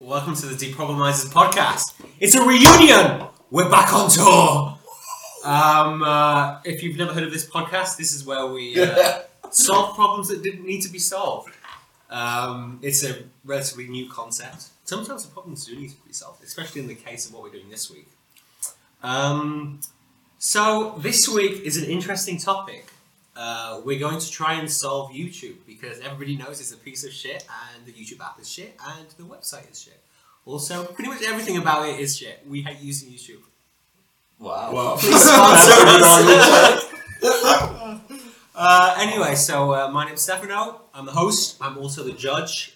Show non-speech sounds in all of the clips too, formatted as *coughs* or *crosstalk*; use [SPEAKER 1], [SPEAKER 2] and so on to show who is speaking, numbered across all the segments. [SPEAKER 1] Welcome to the Deproblemizers podcast. It's a reunion. We're back on tour. Um, uh, if you've never heard of this podcast, this is where we uh, solve problems that didn't need to be solved. Um, it's a relatively new concept. Sometimes the problems do need to be solved, especially in the case of what we're doing this week. Um, so this week is an interesting topic. Uh, we're going to try and solve YouTube because everybody knows it's a piece of shit, and the YouTube app is shit, and the website is shit. Also, pretty much everything about it is shit. We hate using YouTube.
[SPEAKER 2] *laughs* Wow. *laughs*
[SPEAKER 3] Well,
[SPEAKER 1] Please sponsor us. uh, anyway, so uh, my name's Stefano. I'm the host. I'm also the judge.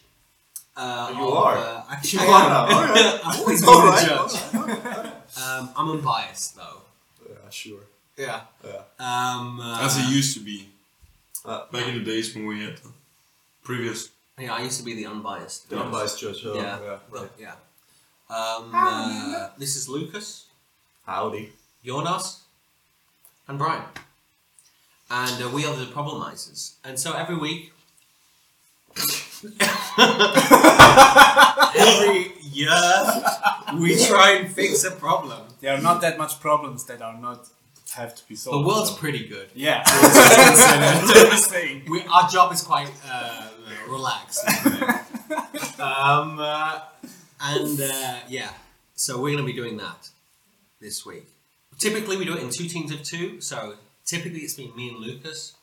[SPEAKER 1] Uh,
[SPEAKER 2] You
[SPEAKER 1] of,
[SPEAKER 2] are.
[SPEAKER 1] Uh, actually,
[SPEAKER 2] I
[SPEAKER 1] I
[SPEAKER 2] am
[SPEAKER 1] am. *laughs*
[SPEAKER 2] now, alright.
[SPEAKER 1] I've always been
[SPEAKER 2] All right.
[SPEAKER 1] the judge. Um, I'm unbiased, though.
[SPEAKER 3] yeah, sure.
[SPEAKER 1] Yeah.
[SPEAKER 2] Yeah.
[SPEAKER 1] Um, uh,
[SPEAKER 3] As it used to be.
[SPEAKER 2] Uh,
[SPEAKER 3] Back in the days when we had the previous.
[SPEAKER 1] yeah, I used to be the unbiased.
[SPEAKER 2] The unbiased judge. oh,
[SPEAKER 1] Yeah.
[SPEAKER 2] yeah, right.
[SPEAKER 1] Well, yeah. Um, uh, this is Lucas.
[SPEAKER 2] Howdy.
[SPEAKER 1] Jonas, and Brian. And uh, we are the Problemizers. And so every week. *laughs* every year, we try and fix a problem.
[SPEAKER 4] There are not that much problems that are not have to be
[SPEAKER 1] The
[SPEAKER 4] solved.
[SPEAKER 1] world's
[SPEAKER 4] so-
[SPEAKER 1] pretty good. *laughs*
[SPEAKER 4] yeah. *laughs* That's what I'm saying.
[SPEAKER 1] We, our job is quite uh, relaxed. Um, uh, and uh, yeah, so we're going to be doing that this week. Typically, we do it in two teams of two. So typically, it's been me and Lucas.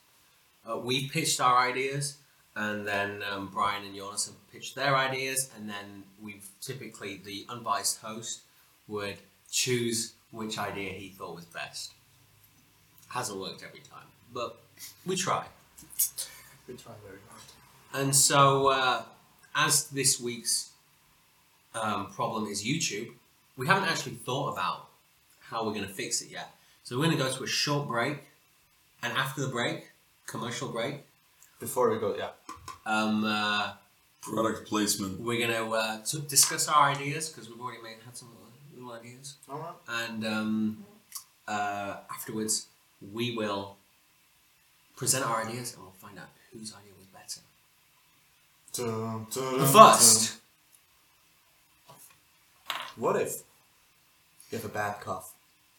[SPEAKER 1] Uh, we pitched our ideas, and then um, Brian and Jonas have pitched their ideas, and then we've typically the unbiased host would choose which idea he thought was best. Hasn't worked every time, but we try.
[SPEAKER 2] We try very hard.
[SPEAKER 1] And so, uh, as this week's um, problem is YouTube, we haven't actually thought about how we're going to fix it yet. So, we're going to go to a short break, and after the break, commercial break,
[SPEAKER 2] Before we go, yeah.
[SPEAKER 1] um, uh,
[SPEAKER 3] Product placement.
[SPEAKER 1] we're going to uh, t- discuss our ideas because we've already made, had some little ideas.
[SPEAKER 2] All right.
[SPEAKER 1] And um, uh, afterwards, we will present our ideas and we'll find out whose idea was better.
[SPEAKER 2] Dun, dun,
[SPEAKER 1] But
[SPEAKER 2] dun,
[SPEAKER 1] first,
[SPEAKER 2] dun. What if you have a bad cough,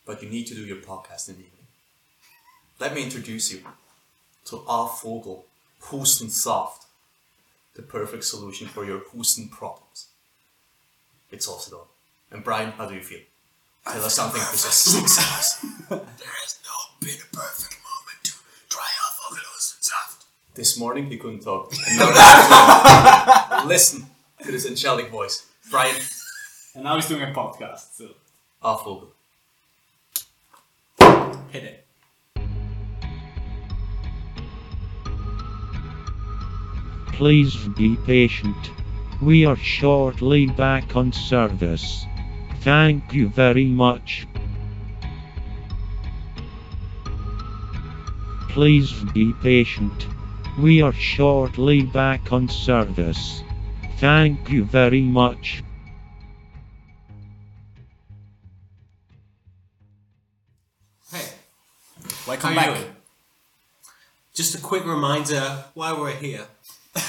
[SPEAKER 2] but you need to do your podcast in the evening? Let me introduce you to R. Vogel Husten Soft, the perfect solution for your Husten problems. It solves it all. And Brian, how do you feel? Tell us something for just six *laughs* hours.
[SPEAKER 3] There has not been a perfect moment to try out Vocaloid Soft.
[SPEAKER 2] This morning he couldn't talk. And now that's his moment. *laughs* Listen to this angelic voice. Brian
[SPEAKER 4] And now he's doing a podcast. So
[SPEAKER 2] R. Vogel.
[SPEAKER 1] hit it.
[SPEAKER 5] Please be patient. We are shortly back on service. Thank you very much. Please be patient. We are shortly back on service. Thank you very much.
[SPEAKER 1] Hey.
[SPEAKER 4] welcome
[SPEAKER 1] How you
[SPEAKER 4] back.
[SPEAKER 1] doing? Just a quick reminder while we're here. *laughs*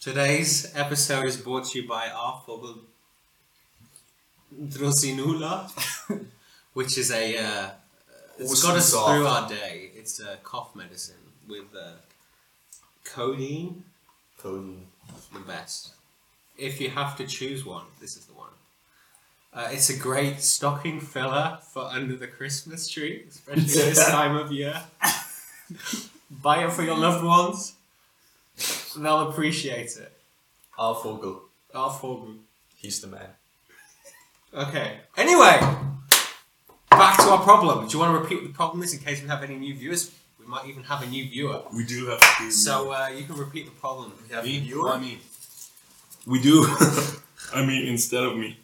[SPEAKER 1] Today's episode is brought to you by our Fogel Drosinula, *laughs* which is a. Uh, it's
[SPEAKER 2] Awesome
[SPEAKER 1] got us
[SPEAKER 2] stuff.
[SPEAKER 1] through our day. It's a cough medicine with uh, codeine,
[SPEAKER 2] Codeine.
[SPEAKER 1] the best. If you have to choose one, this is the one. Uh, it's a great stocking filler for under the Christmas tree, especially
[SPEAKER 3] *laughs*
[SPEAKER 1] this time of year. Buy it for your loved ones. They'll appreciate it.
[SPEAKER 2] Our Vogel.
[SPEAKER 1] Our full group.
[SPEAKER 2] He's the man.
[SPEAKER 1] Okay. Anyway, back to our problem. Do you want to repeat what the problem is in case we have any new viewers? We might even have a new viewer.
[SPEAKER 3] We do have to.
[SPEAKER 1] So uh, you can repeat the problem.
[SPEAKER 3] me? I mean, we do. *laughs* I mean, instead of *laughs* me.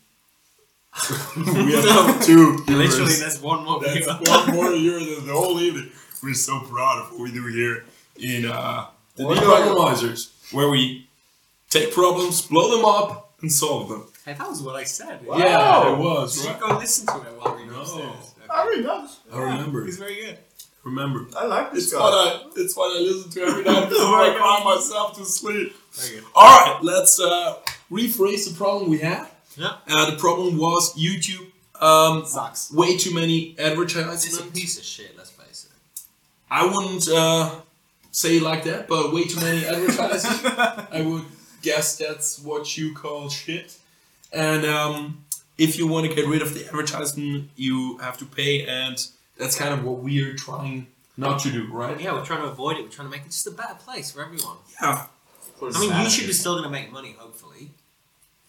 [SPEAKER 3] we have two.
[SPEAKER 1] Literally,
[SPEAKER 3] viewers.
[SPEAKER 1] there's one more
[SPEAKER 3] That's
[SPEAKER 1] viewer.
[SPEAKER 3] one more year than the whole evening. We're so proud of what we do here in uh, the
[SPEAKER 2] What?
[SPEAKER 3] Deproblemizers, where we take problems, blow them up, and solve them.
[SPEAKER 1] Hey, that was what I said.
[SPEAKER 3] Yeah, it was.
[SPEAKER 1] Should
[SPEAKER 3] Right?
[SPEAKER 1] go listen to it while we go
[SPEAKER 3] No.
[SPEAKER 1] upstairs.
[SPEAKER 2] mean, that's,
[SPEAKER 3] I remember.
[SPEAKER 1] He's very good.
[SPEAKER 3] Remember.
[SPEAKER 2] I like
[SPEAKER 3] It's what I. It's what I listen to every night before I cry myself to sleep.
[SPEAKER 1] Very good.
[SPEAKER 3] All right, let's uh, rephrase the problem we had.
[SPEAKER 1] Yeah.
[SPEAKER 3] Uh, the problem was YouTube. Um,
[SPEAKER 4] Sucks.
[SPEAKER 3] way too many
[SPEAKER 1] It's a
[SPEAKER 3] advertisements.
[SPEAKER 1] piece of shit, let's face it.
[SPEAKER 3] I wouldn't uh, say it like that, but way too many advertisements. I would guess that's what you call shit. And um, if you want to get rid of the advertisement, you have to pay, and that's kind of what we're trying not to do,
[SPEAKER 1] But
[SPEAKER 3] right?
[SPEAKER 1] yeah, we're trying to avoid it. We're trying to make it just a better place for everyone.
[SPEAKER 3] Yeah.
[SPEAKER 1] I mean, YouTube is still going to make money, hopefully.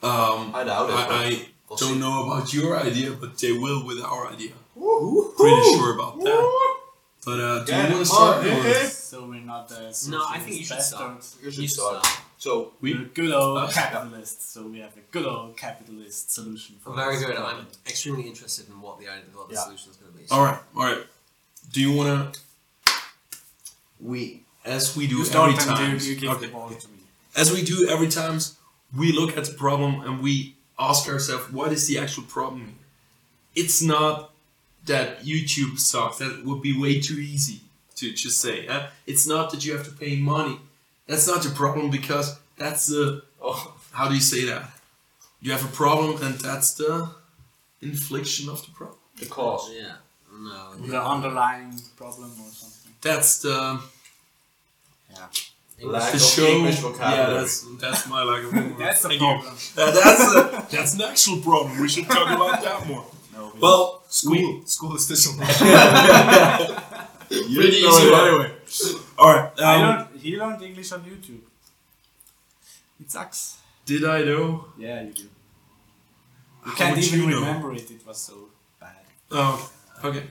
[SPEAKER 3] Um,
[SPEAKER 2] I doubt it. but
[SPEAKER 3] I, I
[SPEAKER 2] we'll see.
[SPEAKER 3] don't know about your idea, but they will with our idea. Pretty sure about that. But uh, do
[SPEAKER 2] Get
[SPEAKER 3] you want
[SPEAKER 2] it
[SPEAKER 3] to start?
[SPEAKER 2] on,
[SPEAKER 3] or-
[SPEAKER 4] So we're not uh, the
[SPEAKER 1] No, I think you should
[SPEAKER 4] socialist
[SPEAKER 1] stop. Oh.
[SPEAKER 4] bastards.
[SPEAKER 2] You
[SPEAKER 1] You
[SPEAKER 2] should start.
[SPEAKER 1] start.
[SPEAKER 2] So
[SPEAKER 3] We-
[SPEAKER 4] We're good old
[SPEAKER 3] Uh,
[SPEAKER 4] capitalists. So we have a good old capitalist solution for
[SPEAKER 1] Very
[SPEAKER 4] this
[SPEAKER 1] good. I'm
[SPEAKER 4] problem.
[SPEAKER 1] extremely interested in what the, what the
[SPEAKER 2] Yeah.
[SPEAKER 1] solution is going to be.
[SPEAKER 3] All right, all right. Do you want to,
[SPEAKER 2] we
[SPEAKER 3] as we do
[SPEAKER 4] You
[SPEAKER 3] every
[SPEAKER 4] start
[SPEAKER 3] time,
[SPEAKER 4] and you, you give
[SPEAKER 3] okay.
[SPEAKER 4] the ball to me.
[SPEAKER 3] as we do every time, we look at the problem and we ask ourselves, what is the actual problem? here? It's not that YouTube sucks. That would be way too easy to just say. huh? It's not that you have to pay money. That's not your problem because that's the
[SPEAKER 2] oh *laughs*
[SPEAKER 3] how do you say that? You have a problem and that's the infliction of the problem.
[SPEAKER 2] the cause.
[SPEAKER 1] Yeah. No.
[SPEAKER 4] The underlying problem or something.
[SPEAKER 3] That's the
[SPEAKER 2] Lack
[SPEAKER 3] the
[SPEAKER 2] of
[SPEAKER 3] show.
[SPEAKER 2] English
[SPEAKER 3] yeah,
[SPEAKER 2] vocabulary.
[SPEAKER 3] that's *laughs* that's my lack of English.
[SPEAKER 4] *laughs* That's the
[SPEAKER 3] Thank
[SPEAKER 4] problem.
[SPEAKER 3] You. Uh, that's a, *laughs* that's an actual problem. We should talk about that more.
[SPEAKER 4] No, we
[SPEAKER 3] Well, school
[SPEAKER 4] school is still.
[SPEAKER 3] *laughs* Pretty
[SPEAKER 2] didn't know
[SPEAKER 3] easy
[SPEAKER 2] it
[SPEAKER 3] one. anyway. All right.
[SPEAKER 4] I
[SPEAKER 3] Um,
[SPEAKER 4] learned, he learned English on YouTube. It sucks.
[SPEAKER 3] did I know?
[SPEAKER 4] Yeah, you do. You
[SPEAKER 3] How
[SPEAKER 4] can't
[SPEAKER 3] would
[SPEAKER 4] even
[SPEAKER 3] you know?
[SPEAKER 4] remember it. It was so bad.
[SPEAKER 3] Oh, okay.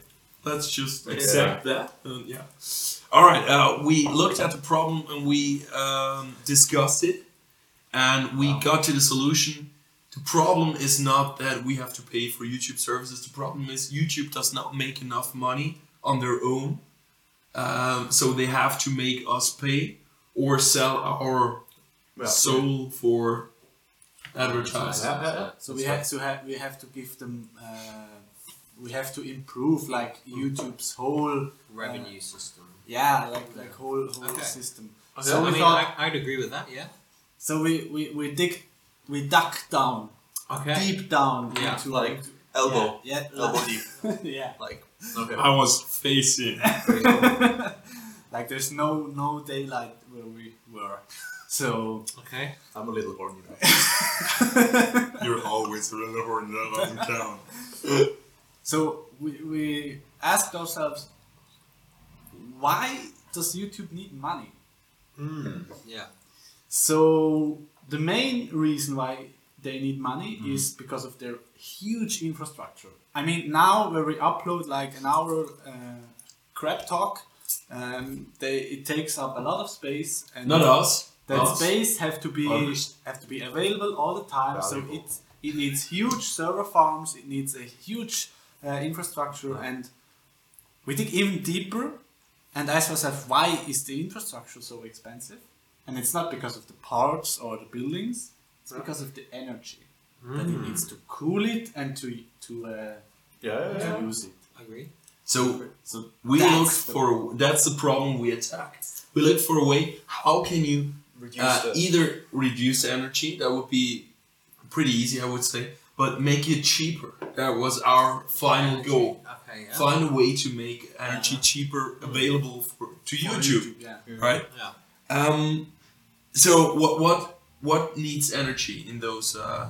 [SPEAKER 3] Let's just accept that. and Um, yeah. All right. Uh, we looked at the problem and we um, discussed it, and we got to the solution. The problem is not that we have to pay for YouTube services. The problem is YouTube does not make enough money on their own, um, so they have to make us pay or sell our
[SPEAKER 2] Yeah.
[SPEAKER 3] soul for advertising.
[SPEAKER 2] Yeah, yeah, yeah.
[SPEAKER 4] So we have to have we have to give them. Uh, we have to improve like YouTube's whole
[SPEAKER 1] Revenue system.
[SPEAKER 4] yeah like like whole whole
[SPEAKER 1] Okay.
[SPEAKER 4] system.
[SPEAKER 1] I
[SPEAKER 4] So we
[SPEAKER 1] mean,
[SPEAKER 4] thought,
[SPEAKER 1] I, I'd agree with that, yeah.
[SPEAKER 4] so we we we dig we duck down
[SPEAKER 1] Okay.
[SPEAKER 4] deep down
[SPEAKER 1] Yeah,
[SPEAKER 4] into
[SPEAKER 2] like elbow,
[SPEAKER 4] yeah
[SPEAKER 2] elbow deep.
[SPEAKER 4] like, *laughs* yeah
[SPEAKER 2] Like okay.
[SPEAKER 3] I was facing.
[SPEAKER 4] *laughs* like there's no no daylight where we were. So
[SPEAKER 1] Okay.
[SPEAKER 2] I'm a little horny
[SPEAKER 3] *laughs*
[SPEAKER 2] now.
[SPEAKER 3] You're always a little horny on town.
[SPEAKER 4] So we, we asked ourselves, why does YouTube need money?
[SPEAKER 1] Yeah.
[SPEAKER 4] So the main reason why they need money is because of their huge infrastructure. I mean, now where we upload like an hour uh, crap talk, um, they it takes up a lot of space and
[SPEAKER 3] Not us.
[SPEAKER 4] that
[SPEAKER 3] us.
[SPEAKER 4] space have to be
[SPEAKER 3] Others.
[SPEAKER 4] have to be available all the time.
[SPEAKER 2] Valuable.
[SPEAKER 4] So it's it needs huge server farms. It needs a huge uh, infrastructure, and we dig even deeper and ask ourselves why is the infrastructure so expensive? And it's not because of the parts or the buildings. It's because of the energy that
[SPEAKER 2] Hmm.
[SPEAKER 4] it needs to cool it and to to, uh,
[SPEAKER 2] Yeah, yeah,
[SPEAKER 4] to
[SPEAKER 2] yeah.
[SPEAKER 4] use it.
[SPEAKER 1] Agree.
[SPEAKER 3] So
[SPEAKER 4] So
[SPEAKER 3] we
[SPEAKER 4] that's
[SPEAKER 3] look
[SPEAKER 4] the-
[SPEAKER 3] for that's the problem we attack. We look for a way how can you
[SPEAKER 2] Reduce
[SPEAKER 3] uh,
[SPEAKER 2] the-
[SPEAKER 3] either reduce energy that would be pretty easy I would say, but make it cheaper. That was our final goal.
[SPEAKER 1] Okay, yeah.
[SPEAKER 3] Find a way to make energy cheaper available for, to YouTube,
[SPEAKER 4] Yeah.
[SPEAKER 2] *laughs*
[SPEAKER 3] right?
[SPEAKER 1] Yeah.
[SPEAKER 3] Um, so what what what needs energy in those uh,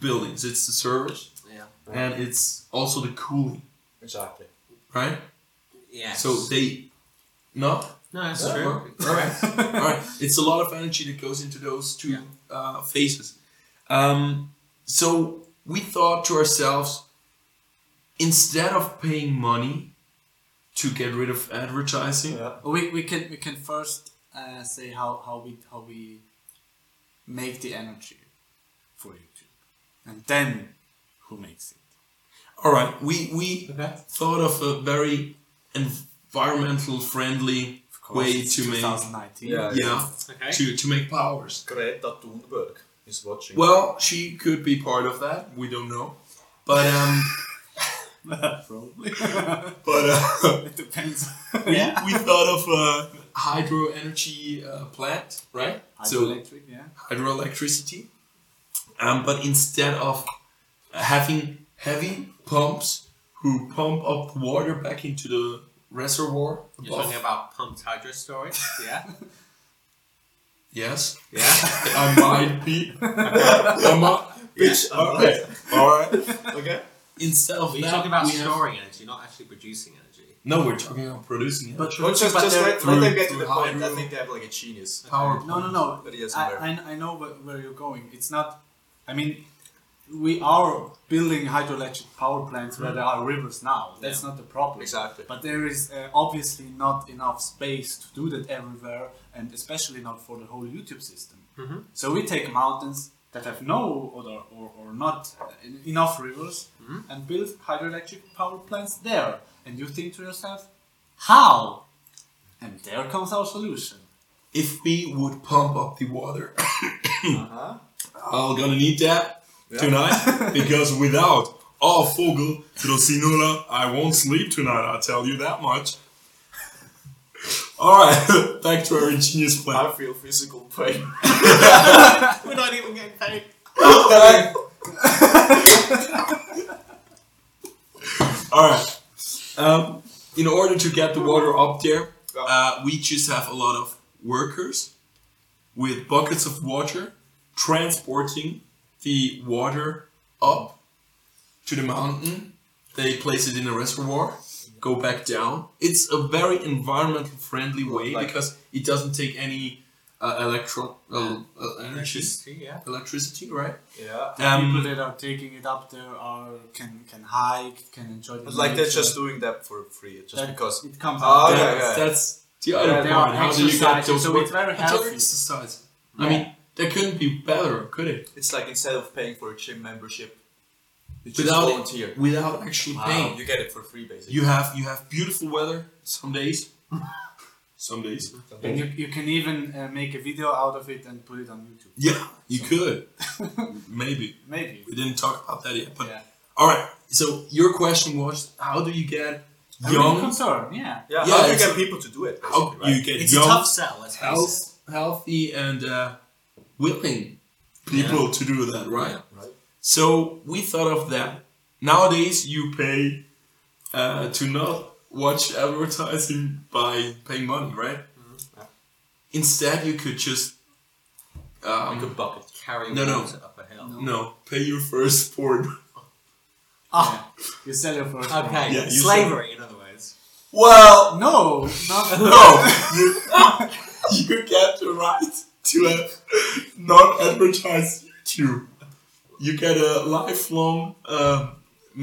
[SPEAKER 3] buildings? It's the servers
[SPEAKER 1] Yeah.
[SPEAKER 3] and it's also the cooling,
[SPEAKER 2] Exactly.
[SPEAKER 3] right?
[SPEAKER 1] Yeah.
[SPEAKER 3] So they not
[SPEAKER 1] no, that's
[SPEAKER 2] Yeah.
[SPEAKER 1] true.
[SPEAKER 3] *laughs* Alright.
[SPEAKER 1] *laughs*
[SPEAKER 3] Alright. It's a lot of energy that goes into those two
[SPEAKER 1] Yeah.
[SPEAKER 3] uh, phases. Um, so we thought to ourselves, instead of paying money to get rid of advertising,
[SPEAKER 2] Yeah.
[SPEAKER 4] We, we can we can first uh, say how, how we how we make the energy for YouTube, and then who makes it?
[SPEAKER 3] alright, we we
[SPEAKER 1] Okay.
[SPEAKER 3] thought of a very environmental friendly
[SPEAKER 4] Of course,
[SPEAKER 3] way
[SPEAKER 4] it's
[SPEAKER 3] to make
[SPEAKER 4] 2019.
[SPEAKER 2] Yeah.
[SPEAKER 3] yeah
[SPEAKER 1] Okay.
[SPEAKER 3] to to make powers.
[SPEAKER 2] Greta Thunberg is watching.
[SPEAKER 3] Well, she could be part of that. We don't know, but um,
[SPEAKER 4] *laughs* probably. *laughs*
[SPEAKER 3] but uh, *laughs*
[SPEAKER 4] it depends.
[SPEAKER 3] we,
[SPEAKER 4] *laughs*
[SPEAKER 3] *laughs* we thought of a hydro energy uh, plant, right? So
[SPEAKER 4] Hydroelectric, yeah.
[SPEAKER 3] hydroelectricity, Um, but instead of having heavy pumps who pump up water back into the reservoir
[SPEAKER 1] You're
[SPEAKER 3] above-
[SPEAKER 1] talking about pumped hydro storage? *laughs* Yeah.
[SPEAKER 3] yes,
[SPEAKER 1] Yeah.
[SPEAKER 3] I might
[SPEAKER 1] *laughs*
[SPEAKER 3] be. I might. Bitch, okay, all right.
[SPEAKER 2] Okay.
[SPEAKER 3] Instead of
[SPEAKER 1] But you're
[SPEAKER 3] that,
[SPEAKER 1] talking about
[SPEAKER 3] we have-
[SPEAKER 1] storing energy, not actually producing energy.
[SPEAKER 3] No, we're talking about producing it.
[SPEAKER 4] But
[SPEAKER 2] Well, just,
[SPEAKER 4] but
[SPEAKER 2] just
[SPEAKER 4] there-
[SPEAKER 2] let,
[SPEAKER 3] through-
[SPEAKER 2] let them get to
[SPEAKER 3] through
[SPEAKER 2] the point. I
[SPEAKER 3] hydro-
[SPEAKER 2] think they have like a genius.
[SPEAKER 3] power.
[SPEAKER 4] No, no, no.
[SPEAKER 2] But he doesn't
[SPEAKER 4] I,
[SPEAKER 2] wear.
[SPEAKER 4] I, I know where, where you're going. It's not. I mean, we are building hydroelectric power plants where there are rivers now. That's not the problem.
[SPEAKER 2] Exactly.
[SPEAKER 4] But there is uh, obviously not enough space to do that everywhere, and especially not for the whole YouTube system.
[SPEAKER 2] Mm-hmm.
[SPEAKER 4] So we take mountains that have no or or, or not en- enough rivers
[SPEAKER 2] Mm-hmm.
[SPEAKER 4] and build hydroelectric power plants there. And you think to yourself, how? And there comes our solution.
[SPEAKER 3] If we would pump up the water, *coughs*
[SPEAKER 2] Huh?
[SPEAKER 3] I'm gonna need that tonight because without our Fogel Drosinula, I won't sleep tonight. I tell you that much. *laughs* All right, *laughs* back to our ingenious
[SPEAKER 2] I
[SPEAKER 3] plan.
[SPEAKER 2] feel physical pain.
[SPEAKER 1] We're not even getting paid.
[SPEAKER 3] All right. Um, in order to get the water up there, uh, we just have a lot of workers with buckets of water transporting the water up to the mountain. They place it in a reservoir, go back down. It's a very environmental friendly way
[SPEAKER 2] Like-
[SPEAKER 3] because it doesn't take any uh, electro uh, uh, energy,
[SPEAKER 1] Electricity, yeah.
[SPEAKER 3] electricity, right?
[SPEAKER 2] yeah.
[SPEAKER 4] people that are taking it up there are can can hike, can enjoy. The
[SPEAKER 2] But *laughs* like they're
[SPEAKER 4] nature.
[SPEAKER 2] just doing that for free, just
[SPEAKER 4] That-
[SPEAKER 2] because.
[SPEAKER 4] it comes.
[SPEAKER 2] Oh,
[SPEAKER 4] out.
[SPEAKER 2] okay,
[SPEAKER 3] That's-
[SPEAKER 2] okay.
[SPEAKER 3] That's the other
[SPEAKER 4] Yeah, they
[SPEAKER 3] part.
[SPEAKER 4] are
[SPEAKER 3] How do you get
[SPEAKER 4] exercising,
[SPEAKER 3] those
[SPEAKER 4] so
[SPEAKER 3] work-
[SPEAKER 4] it's very
[SPEAKER 3] It's all
[SPEAKER 4] healthy.
[SPEAKER 3] exercise. I
[SPEAKER 4] Yeah.
[SPEAKER 3] mean, that couldn't be better, could it?
[SPEAKER 2] It's like instead of paying for a gym membership, you just
[SPEAKER 3] Without
[SPEAKER 2] volunteer.
[SPEAKER 3] without actually
[SPEAKER 2] Wow,
[SPEAKER 3] paying,
[SPEAKER 2] You get it for free, basically.
[SPEAKER 3] you have you have beautiful weather some days, some days.
[SPEAKER 4] And you, you can even uh, make a video out of it and put it on YouTube. *laughs*
[SPEAKER 3] Yeah, you could maybe
[SPEAKER 4] Maybe.
[SPEAKER 3] we didn't talk about that yet. But
[SPEAKER 4] Yeah.
[SPEAKER 3] all right, so your question was how do you get
[SPEAKER 4] A real
[SPEAKER 3] young?
[SPEAKER 4] concern. Yeah.
[SPEAKER 2] yeah,
[SPEAKER 3] Yeah,
[SPEAKER 2] how do you
[SPEAKER 3] it's
[SPEAKER 2] get
[SPEAKER 3] a-
[SPEAKER 2] people to do it?
[SPEAKER 3] How
[SPEAKER 2] basically,
[SPEAKER 3] do
[SPEAKER 2] right?
[SPEAKER 3] you get
[SPEAKER 1] It's a
[SPEAKER 3] young?
[SPEAKER 1] tough sell, let's face it.
[SPEAKER 3] health, healthy and uh, willing people to do that, right?
[SPEAKER 2] right.
[SPEAKER 3] So we thought of that. Nowadays, you pay uh, to not watch advertising by paying money, right? Instead, you could just um,
[SPEAKER 2] Good bucket.
[SPEAKER 1] Carry
[SPEAKER 3] No, no.
[SPEAKER 1] water up a hill.
[SPEAKER 3] no pay your first porn. *laughs*
[SPEAKER 4] Ah, you sell your first. one.
[SPEAKER 1] Okay,
[SPEAKER 3] Yeah, you
[SPEAKER 1] slavery, in other words.
[SPEAKER 2] Well,
[SPEAKER 4] No,
[SPEAKER 2] *laughs*
[SPEAKER 4] not
[SPEAKER 3] No, you, you get the right to have non-advertised YouTube. You get a lifelong um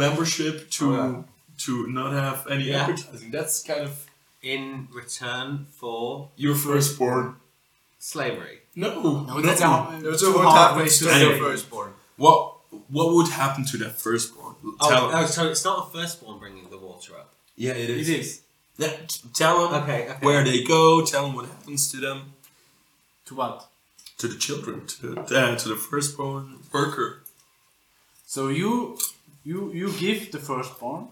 [SPEAKER 3] membership to
[SPEAKER 2] Oh, yeah.
[SPEAKER 3] to not have any
[SPEAKER 1] Yeah.
[SPEAKER 3] advertising. That's kind of
[SPEAKER 1] In return for
[SPEAKER 3] your firstborn.
[SPEAKER 1] slavery.
[SPEAKER 3] No,
[SPEAKER 4] No, that's a,
[SPEAKER 2] there's a
[SPEAKER 4] too
[SPEAKER 2] what
[SPEAKER 4] hard way
[SPEAKER 2] happens
[SPEAKER 4] to
[SPEAKER 2] to
[SPEAKER 4] say.
[SPEAKER 2] your
[SPEAKER 3] Anyway.
[SPEAKER 2] firstborn.
[SPEAKER 3] What what would happen to that firstborn?
[SPEAKER 1] Oh,
[SPEAKER 3] Tell
[SPEAKER 1] oh, so it's not the firstborn bringing the water up.
[SPEAKER 3] yeah, it
[SPEAKER 4] It
[SPEAKER 3] is.
[SPEAKER 4] is
[SPEAKER 3] Yeah, t- tell them
[SPEAKER 1] Okay, okay.
[SPEAKER 3] where they go. Tell them what happens to them,
[SPEAKER 4] to what?
[SPEAKER 3] to the children, to the uh, to the firstborn worker.
[SPEAKER 4] So you you you give the firstborn,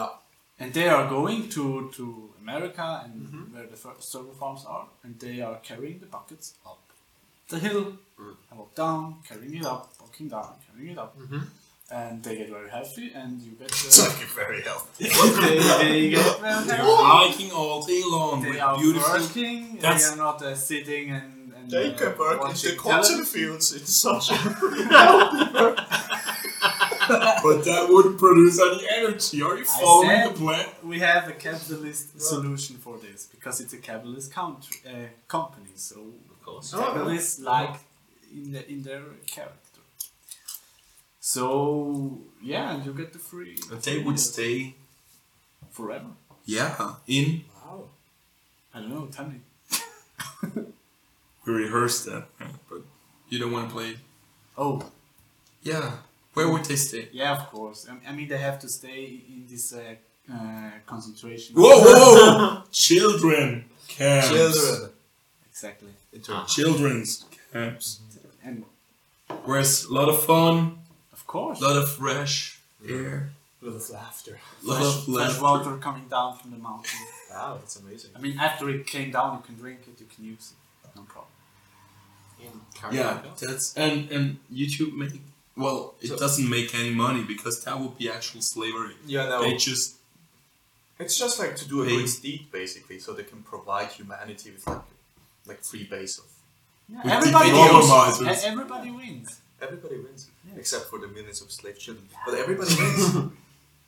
[SPEAKER 2] Ah.
[SPEAKER 4] and they are going to to America and
[SPEAKER 2] Mm-hmm.
[SPEAKER 4] where the fir- server farms are, and they are carrying the buckets up
[SPEAKER 2] Hmm.
[SPEAKER 4] the hill, and walk down, carrying it up, walking down, carrying it up,
[SPEAKER 2] Mm-hmm.
[SPEAKER 4] and they get very healthy, and you get
[SPEAKER 2] It's
[SPEAKER 4] uh,
[SPEAKER 2] like you're very healthy.
[SPEAKER 4] *laughs* they, they get
[SPEAKER 2] *laughs*
[SPEAKER 4] very
[SPEAKER 3] They're
[SPEAKER 4] healthy.
[SPEAKER 3] hiking all day long
[SPEAKER 4] They
[SPEAKER 3] with
[SPEAKER 4] are
[SPEAKER 3] beautiful.
[SPEAKER 4] working. They
[SPEAKER 3] That's-
[SPEAKER 4] are not uh, sitting and. and
[SPEAKER 2] They
[SPEAKER 4] uh,
[SPEAKER 2] can work in the
[SPEAKER 4] watching
[SPEAKER 2] cotton
[SPEAKER 4] television.
[SPEAKER 2] fields in such a
[SPEAKER 3] But that wouldn't produce any energy. Are you following
[SPEAKER 4] said-
[SPEAKER 3] the plan?
[SPEAKER 4] we have a capitalist solution for this because it's a capitalist country, uh, company. So
[SPEAKER 1] Of course.
[SPEAKER 3] Oh,
[SPEAKER 4] capitalists like in the, in their character. So yeah, you get the free.
[SPEAKER 3] But they would stay.
[SPEAKER 4] forever.
[SPEAKER 3] Yeah, in
[SPEAKER 4] I don't know, tell me.
[SPEAKER 3] we rehearsed that, but you don't want to play. it.
[SPEAKER 4] Oh
[SPEAKER 3] Yeah, where would they stay?
[SPEAKER 4] yeah, of course. I, I mean, they have to stay in this uh, uh, concentration.
[SPEAKER 3] Whoa, whoa, whoa. children camps.
[SPEAKER 2] children.
[SPEAKER 4] Exactly.
[SPEAKER 2] In terms.
[SPEAKER 3] Children's camps.
[SPEAKER 4] And
[SPEAKER 3] Where's a lot of fun,
[SPEAKER 4] of course,
[SPEAKER 3] a lot of fresh air,
[SPEAKER 2] With laughter.
[SPEAKER 3] a lot of
[SPEAKER 4] fresh
[SPEAKER 3] laughter.
[SPEAKER 4] water coming down from the mountain.
[SPEAKER 2] Wow, that's amazing.
[SPEAKER 4] I mean, after it came down, you can drink it, you can use it, no problem.
[SPEAKER 1] in Carrier
[SPEAKER 3] Yeah,
[SPEAKER 1] Podcast.
[SPEAKER 3] that's and and YouTube make well, it
[SPEAKER 1] So-
[SPEAKER 3] doesn't make any money because that would be actual slavery.
[SPEAKER 2] Yeah,
[SPEAKER 3] They just
[SPEAKER 2] It's just like to do a good
[SPEAKER 3] Base.
[SPEAKER 2] deed, basically, so they can provide humanity with like, like free base of
[SPEAKER 4] Yeah,
[SPEAKER 3] We
[SPEAKER 4] everybody
[SPEAKER 3] did
[SPEAKER 4] wins.
[SPEAKER 3] compromises.
[SPEAKER 4] E- Everybody wins.
[SPEAKER 2] everybody wins, except for the millions of slave children. But everybody *laughs* wins.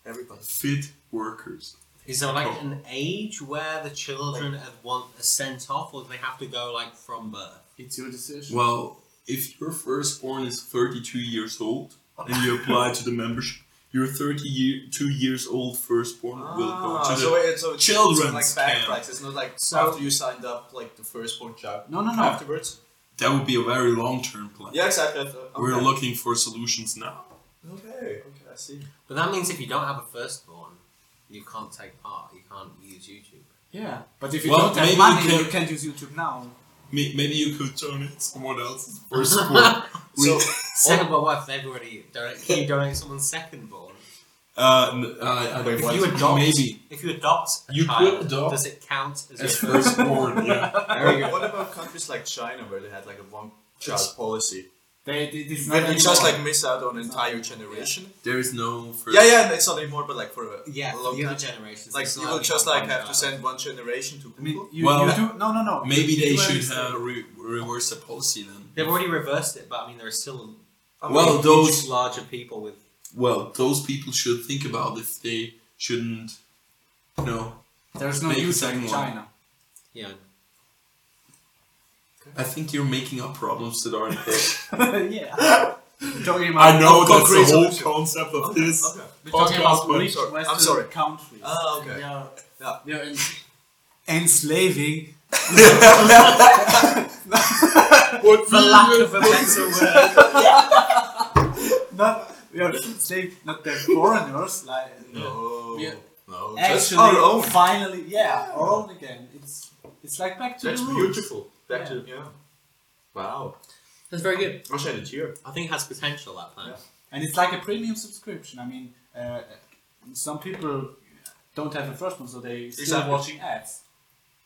[SPEAKER 2] everybody.
[SPEAKER 3] fit workers.
[SPEAKER 1] Is there like an age where the children want a sent off, or do they have to go like from birth?
[SPEAKER 4] It's your decision.
[SPEAKER 3] Well, if your firstborn is thirty-two years old and you apply to the membership, your thirty-two years old firstborn will go to
[SPEAKER 2] Ah,
[SPEAKER 3] the.
[SPEAKER 2] so it's so
[SPEAKER 3] children's
[SPEAKER 2] it's like
[SPEAKER 3] camp.
[SPEAKER 2] backtracks. It's not like
[SPEAKER 4] So-
[SPEAKER 2] after you signed up, like the firstborn child.
[SPEAKER 4] No, no, no.
[SPEAKER 2] Afterwards.
[SPEAKER 3] that would be a very long-term plan.
[SPEAKER 2] Yeah, exactly. Okay.
[SPEAKER 3] We're looking for solutions now.
[SPEAKER 2] Okay, okay, I see.
[SPEAKER 1] But that means if you don't have a firstborn, you can't take part. You can't use YouTube.
[SPEAKER 4] yeah, but if you
[SPEAKER 3] Well,
[SPEAKER 4] don't
[SPEAKER 3] maybe
[SPEAKER 4] have
[SPEAKER 3] you
[SPEAKER 4] money,
[SPEAKER 3] can-
[SPEAKER 4] you can't use YouTube now.
[SPEAKER 3] May- Maybe you could donate someone
[SPEAKER 2] *laughs*
[SPEAKER 3] else's firstborn. We-
[SPEAKER 2] So
[SPEAKER 1] Second born wife, they've already donate. Can you donate someone's second born?
[SPEAKER 3] uh, n- I- I-
[SPEAKER 2] Wait,
[SPEAKER 1] If
[SPEAKER 2] what?
[SPEAKER 1] you adopt,
[SPEAKER 3] maybe
[SPEAKER 1] if you adopt a
[SPEAKER 3] You
[SPEAKER 1] child,
[SPEAKER 3] could adopt
[SPEAKER 1] does it count *laughs* as,
[SPEAKER 3] as
[SPEAKER 1] your first?
[SPEAKER 3] firstborn. Yeah.
[SPEAKER 1] Very good.
[SPEAKER 2] what about countries like China where they had like a one child policy?
[SPEAKER 4] They, they, it's
[SPEAKER 2] Where
[SPEAKER 4] not
[SPEAKER 2] you just
[SPEAKER 4] anymore.
[SPEAKER 2] like miss out on an entire generation.
[SPEAKER 3] There is no first.
[SPEAKER 2] Yeah, yeah, it's not anymore, but like for a,
[SPEAKER 1] Yeah,
[SPEAKER 2] a
[SPEAKER 1] for
[SPEAKER 2] long
[SPEAKER 1] the
[SPEAKER 2] time.
[SPEAKER 1] other generations.
[SPEAKER 2] Like
[SPEAKER 1] it's
[SPEAKER 2] you
[SPEAKER 1] not
[SPEAKER 2] will
[SPEAKER 1] you
[SPEAKER 2] just
[SPEAKER 1] have
[SPEAKER 2] like
[SPEAKER 1] one
[SPEAKER 2] have to
[SPEAKER 1] child.
[SPEAKER 2] send one generation to
[SPEAKER 4] I mean,
[SPEAKER 2] Google.
[SPEAKER 4] you,
[SPEAKER 3] Well,
[SPEAKER 4] you do. No, no, no.
[SPEAKER 3] Maybe
[SPEAKER 4] you
[SPEAKER 3] they
[SPEAKER 4] do
[SPEAKER 3] should
[SPEAKER 4] everything.
[SPEAKER 3] uh, re- reverse the policy then.
[SPEAKER 1] They've already reversed it, but I mean there are still
[SPEAKER 3] Well,
[SPEAKER 1] huge,
[SPEAKER 3] those-
[SPEAKER 1] larger people with
[SPEAKER 3] Well, those people should think about if they shouldn't, you know.
[SPEAKER 4] There's no
[SPEAKER 3] uh, Make a
[SPEAKER 4] YouTube
[SPEAKER 3] second
[SPEAKER 4] in
[SPEAKER 3] one. *laughs*
[SPEAKER 4] China. *laughs*
[SPEAKER 1] you know
[SPEAKER 3] I think you're making up problems that aren't *laughs* there.
[SPEAKER 4] yeah. Talking about
[SPEAKER 3] I know that's
[SPEAKER 2] Concrete
[SPEAKER 3] the whole
[SPEAKER 2] solution.
[SPEAKER 3] concept of this.
[SPEAKER 2] okay.
[SPEAKER 4] We're talking
[SPEAKER 3] podcast,
[SPEAKER 4] about
[SPEAKER 3] but-
[SPEAKER 4] rich
[SPEAKER 2] sorry, I'm
[SPEAKER 4] Western
[SPEAKER 2] sorry.
[SPEAKER 4] countries.
[SPEAKER 2] Ah, okay.
[SPEAKER 4] They are,
[SPEAKER 2] Yeah.
[SPEAKER 4] they are
[SPEAKER 3] *laughs*
[SPEAKER 4] en- enslaving.
[SPEAKER 1] for lack
[SPEAKER 3] *laughs*
[SPEAKER 1] of a better word.
[SPEAKER 4] *laughs* Not we are enslaving not the foreigners like
[SPEAKER 2] No.
[SPEAKER 4] Yeah.
[SPEAKER 2] No. Just
[SPEAKER 4] actually
[SPEAKER 2] our own.
[SPEAKER 4] finally yeah our own again. It's it's like back to
[SPEAKER 2] That's
[SPEAKER 4] the roots.
[SPEAKER 2] beautiful. Back to yeah. Wow.
[SPEAKER 1] That's very good.
[SPEAKER 2] I shed a tear.
[SPEAKER 1] I think it has potential that plan.
[SPEAKER 4] Yeah. And it's like a premium subscription. I mean, uh, some people don't have a first one, so they still
[SPEAKER 2] Exactly.
[SPEAKER 4] watching ads.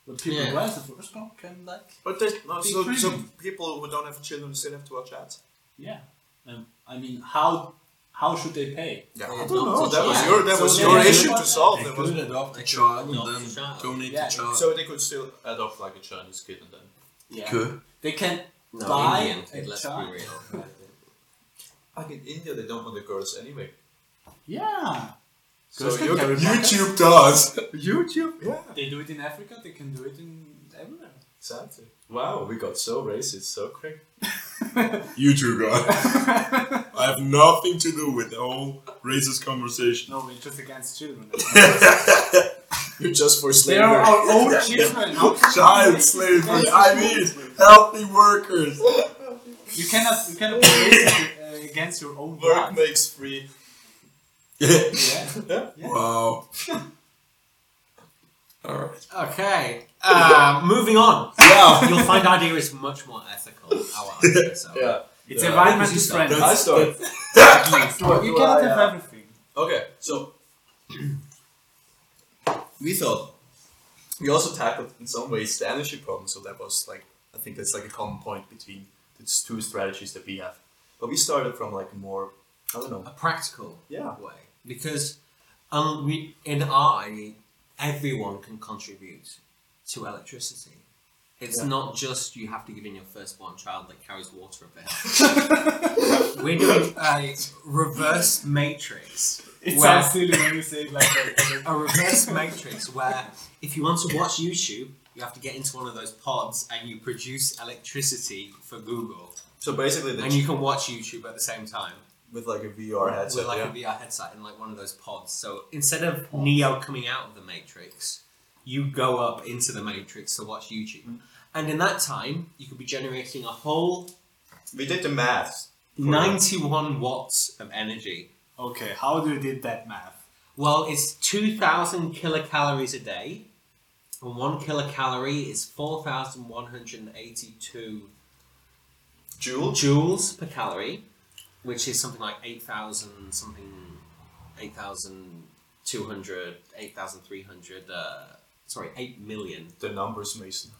[SPEAKER 4] But people
[SPEAKER 1] Yeah.
[SPEAKER 4] who have the first one can like
[SPEAKER 2] But there's no,
[SPEAKER 4] Big
[SPEAKER 2] so, so
[SPEAKER 4] premium.
[SPEAKER 2] people who don't have children still have to watch ads.
[SPEAKER 4] yeah. Um, I mean, how how should they pay?
[SPEAKER 2] Yeah,
[SPEAKER 1] I don't know.
[SPEAKER 2] That was
[SPEAKER 1] Yeah.
[SPEAKER 2] your that
[SPEAKER 4] So
[SPEAKER 2] was
[SPEAKER 4] they
[SPEAKER 2] your
[SPEAKER 4] have to
[SPEAKER 2] issue
[SPEAKER 4] watch
[SPEAKER 2] to
[SPEAKER 4] ads.
[SPEAKER 2] solve.
[SPEAKER 3] They
[SPEAKER 2] That was,
[SPEAKER 3] could adopt a
[SPEAKER 1] They
[SPEAKER 3] child
[SPEAKER 1] could adopt
[SPEAKER 3] and then
[SPEAKER 1] a child.
[SPEAKER 3] donate
[SPEAKER 4] Yeah,
[SPEAKER 3] the child.
[SPEAKER 2] so they could still adopt like a Chinese kid and then.
[SPEAKER 4] Yeah.
[SPEAKER 3] Good.
[SPEAKER 4] They can
[SPEAKER 1] No,
[SPEAKER 4] buy
[SPEAKER 1] Indian
[SPEAKER 4] a
[SPEAKER 1] kid, let's
[SPEAKER 4] child.
[SPEAKER 1] be real.
[SPEAKER 2] *laughs* Like in India, they don't want the girls anyway.
[SPEAKER 4] Yeah.
[SPEAKER 2] So
[SPEAKER 4] Girls can
[SPEAKER 2] you
[SPEAKER 3] *laughs*
[SPEAKER 4] carry
[SPEAKER 3] YouTube does.
[SPEAKER 2] YouTube, yeah,
[SPEAKER 4] They do it in Africa. They can do it in everywhere.
[SPEAKER 2] exactly. Wow, we got so racist so quick.
[SPEAKER 3] YouTube does. I have nothing to do with the whole racist conversation.
[SPEAKER 4] No, we're just against
[SPEAKER 2] *laughs*
[SPEAKER 4] children.
[SPEAKER 2] You're just for
[SPEAKER 4] they are
[SPEAKER 2] slavery.
[SPEAKER 4] our own children. How can we
[SPEAKER 3] Child
[SPEAKER 4] *laughs* make
[SPEAKER 3] slavery.
[SPEAKER 4] against
[SPEAKER 3] I
[SPEAKER 4] children?
[SPEAKER 3] mean, healthy workers.
[SPEAKER 4] you cannot you cannot *laughs* be racist, uh, against your own
[SPEAKER 2] Work
[SPEAKER 4] blood.
[SPEAKER 2] *laughs* makes free.
[SPEAKER 4] Yeah.
[SPEAKER 3] Wow. All right.
[SPEAKER 1] Okay. Uh, moving on.
[SPEAKER 2] Yeah.
[SPEAKER 1] You'll find our idea is much more ethical. Our idea, so.
[SPEAKER 2] Yeah.
[SPEAKER 4] It's
[SPEAKER 2] Yeah.
[SPEAKER 4] environmental
[SPEAKER 1] That's-
[SPEAKER 4] friendly.
[SPEAKER 2] I start.
[SPEAKER 4] *laughs* You cannot have everything.
[SPEAKER 2] Okay, so *clears throat* we thought we also tackled in some ways the energy problem. So that was like I think that's like a common point between the s- two strategies that we have. But we started from like more I don't know.
[SPEAKER 1] A practical
[SPEAKER 2] Yeah.
[SPEAKER 1] way. Because um, we, in our idea, everyone can contribute to electricity. It's not just you have to give in your firstborn child that carries water a bit. We're doing a reverse matrix.
[SPEAKER 4] It
[SPEAKER 1] where-
[SPEAKER 4] sounds silly when you say it like that.
[SPEAKER 1] a reverse matrix where if you want to watch YouTube, you have to get into one of those pods and you produce electricity for Google,
[SPEAKER 2] So basically, the
[SPEAKER 1] and you can watch YouTube at the same time
[SPEAKER 2] with like a VR headset.
[SPEAKER 1] with like
[SPEAKER 2] yeah.
[SPEAKER 1] a VR headset in like one of those pods. So instead of Neo coming out of the matrix, you go up into the matrix to watch YouTube, and in that time you could be generating a whole
[SPEAKER 2] we did the math.
[SPEAKER 1] ninety-one watts of energy.
[SPEAKER 4] *laughs* Okay, how do you did that math?
[SPEAKER 1] Well, it's 2,000 kilocalories a day, and one kilocalorie is 4,182
[SPEAKER 2] Joule.
[SPEAKER 1] joules per calorie, which is something like 8,000 something, 8,200, 8,300, uh, sorry, 8 million.
[SPEAKER 2] The numbers, Mason.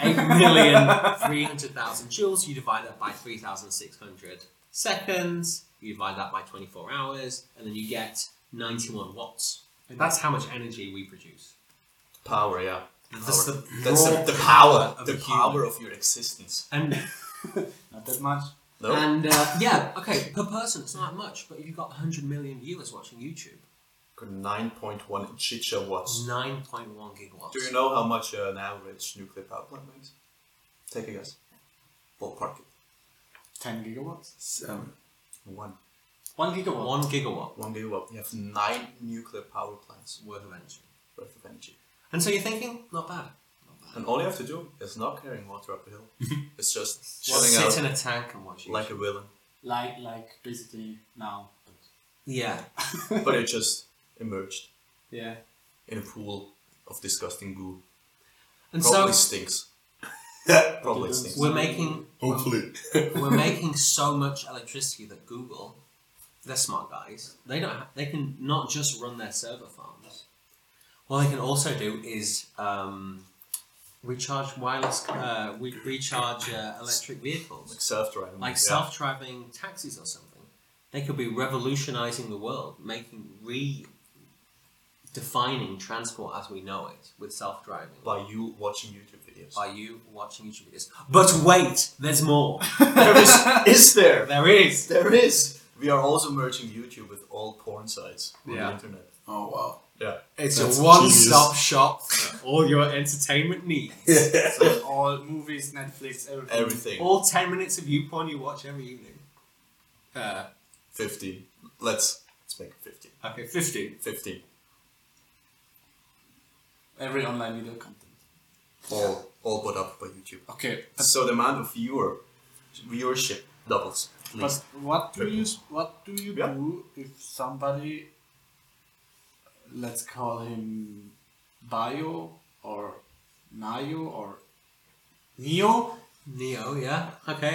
[SPEAKER 1] 8 million 300,000 joules, you divide that by 3,600 seconds, you divide that by 24 hours, and then you get 91 watts. That's how much energy we produce.
[SPEAKER 2] Power, yeah.
[SPEAKER 1] That's
[SPEAKER 2] Power.
[SPEAKER 1] the,
[SPEAKER 2] That's
[SPEAKER 1] raw-
[SPEAKER 2] the, the power.
[SPEAKER 1] of
[SPEAKER 2] The
[SPEAKER 1] a
[SPEAKER 2] power of your existence.
[SPEAKER 1] And,
[SPEAKER 4] Not that much.
[SPEAKER 2] No?
[SPEAKER 1] and uh, yeah, okay, per person it's not much, but if you've got 100 million viewers watching YouTube,
[SPEAKER 2] Got 9.1 gigawatts.
[SPEAKER 1] 9.1 gigawatts.
[SPEAKER 2] Do you know how much uh, an average nuclear power plant makes? Take a guess. Ballpark it.
[SPEAKER 4] 10 gigawatts?
[SPEAKER 3] Seven.
[SPEAKER 2] One.
[SPEAKER 4] 1 gigawatt.
[SPEAKER 1] 1 gigawatt
[SPEAKER 2] One gigawatt. You have nine nuclear power plants
[SPEAKER 1] worth of energy.
[SPEAKER 2] worth of energy.
[SPEAKER 1] And so you're thinking, not bad.
[SPEAKER 2] And all you have to do is not carrying water up a hill. it's just
[SPEAKER 1] Just
[SPEAKER 2] chilling
[SPEAKER 1] sit
[SPEAKER 2] out
[SPEAKER 1] in a tank and watch YouTube.
[SPEAKER 2] like a villain.
[SPEAKER 4] Like, like basically now.
[SPEAKER 1] yeah.
[SPEAKER 2] But it just emerged
[SPEAKER 4] Yeah.
[SPEAKER 2] in a pool of disgusting goo.
[SPEAKER 1] And
[SPEAKER 2] Probably
[SPEAKER 1] so
[SPEAKER 2] stinks. Probably stinks.
[SPEAKER 1] we're making
[SPEAKER 2] *laughs*
[SPEAKER 3] Hopefully.
[SPEAKER 1] we're making so much electricity that Google, they're smart guys. They don't. Ha- they can not just run their server farms. What they can also do is um, recharge wireless, uh, we recharge uh, electric vehicles,
[SPEAKER 2] Like self-driving.
[SPEAKER 1] like
[SPEAKER 2] yeah.
[SPEAKER 1] self-driving taxis or something. They could be revolutionizing the world, making redefining transport as we know it with self-driving.
[SPEAKER 2] By you watching YouTube
[SPEAKER 1] *laughs*
[SPEAKER 2] videos.
[SPEAKER 1] Are you watching YouTube videos? But wait, there's more. *laughs*
[SPEAKER 2] there is, is there?
[SPEAKER 1] There is.
[SPEAKER 2] There is. We are also merging YouTube with all porn sites on
[SPEAKER 1] Yeah.
[SPEAKER 2] the internet.
[SPEAKER 3] Oh wow.
[SPEAKER 2] Yeah.
[SPEAKER 1] It's
[SPEAKER 3] That's
[SPEAKER 1] a one-stop shop for all your entertainment
[SPEAKER 2] *laughs*
[SPEAKER 1] needs.
[SPEAKER 4] So all movies, Netflix, everything.
[SPEAKER 2] Everything.
[SPEAKER 1] All ten minutes of you porn you watch every evening. Uh,
[SPEAKER 2] 50. Let's let's make it 50.
[SPEAKER 1] okay, fifteen.
[SPEAKER 2] 50.
[SPEAKER 4] Every online video content.
[SPEAKER 2] All all put up by YouTube.
[SPEAKER 4] Okay. But,
[SPEAKER 2] So the amount of viewer viewership doubles. At
[SPEAKER 4] but
[SPEAKER 2] least.
[SPEAKER 4] what do you
[SPEAKER 2] Triples.
[SPEAKER 4] what do you
[SPEAKER 2] Yeah.
[SPEAKER 4] do if somebody let's call him Bio or Nayo or Neo? *laughs*
[SPEAKER 1] Neo, yeah.
[SPEAKER 2] *laughs*
[SPEAKER 1] Okay.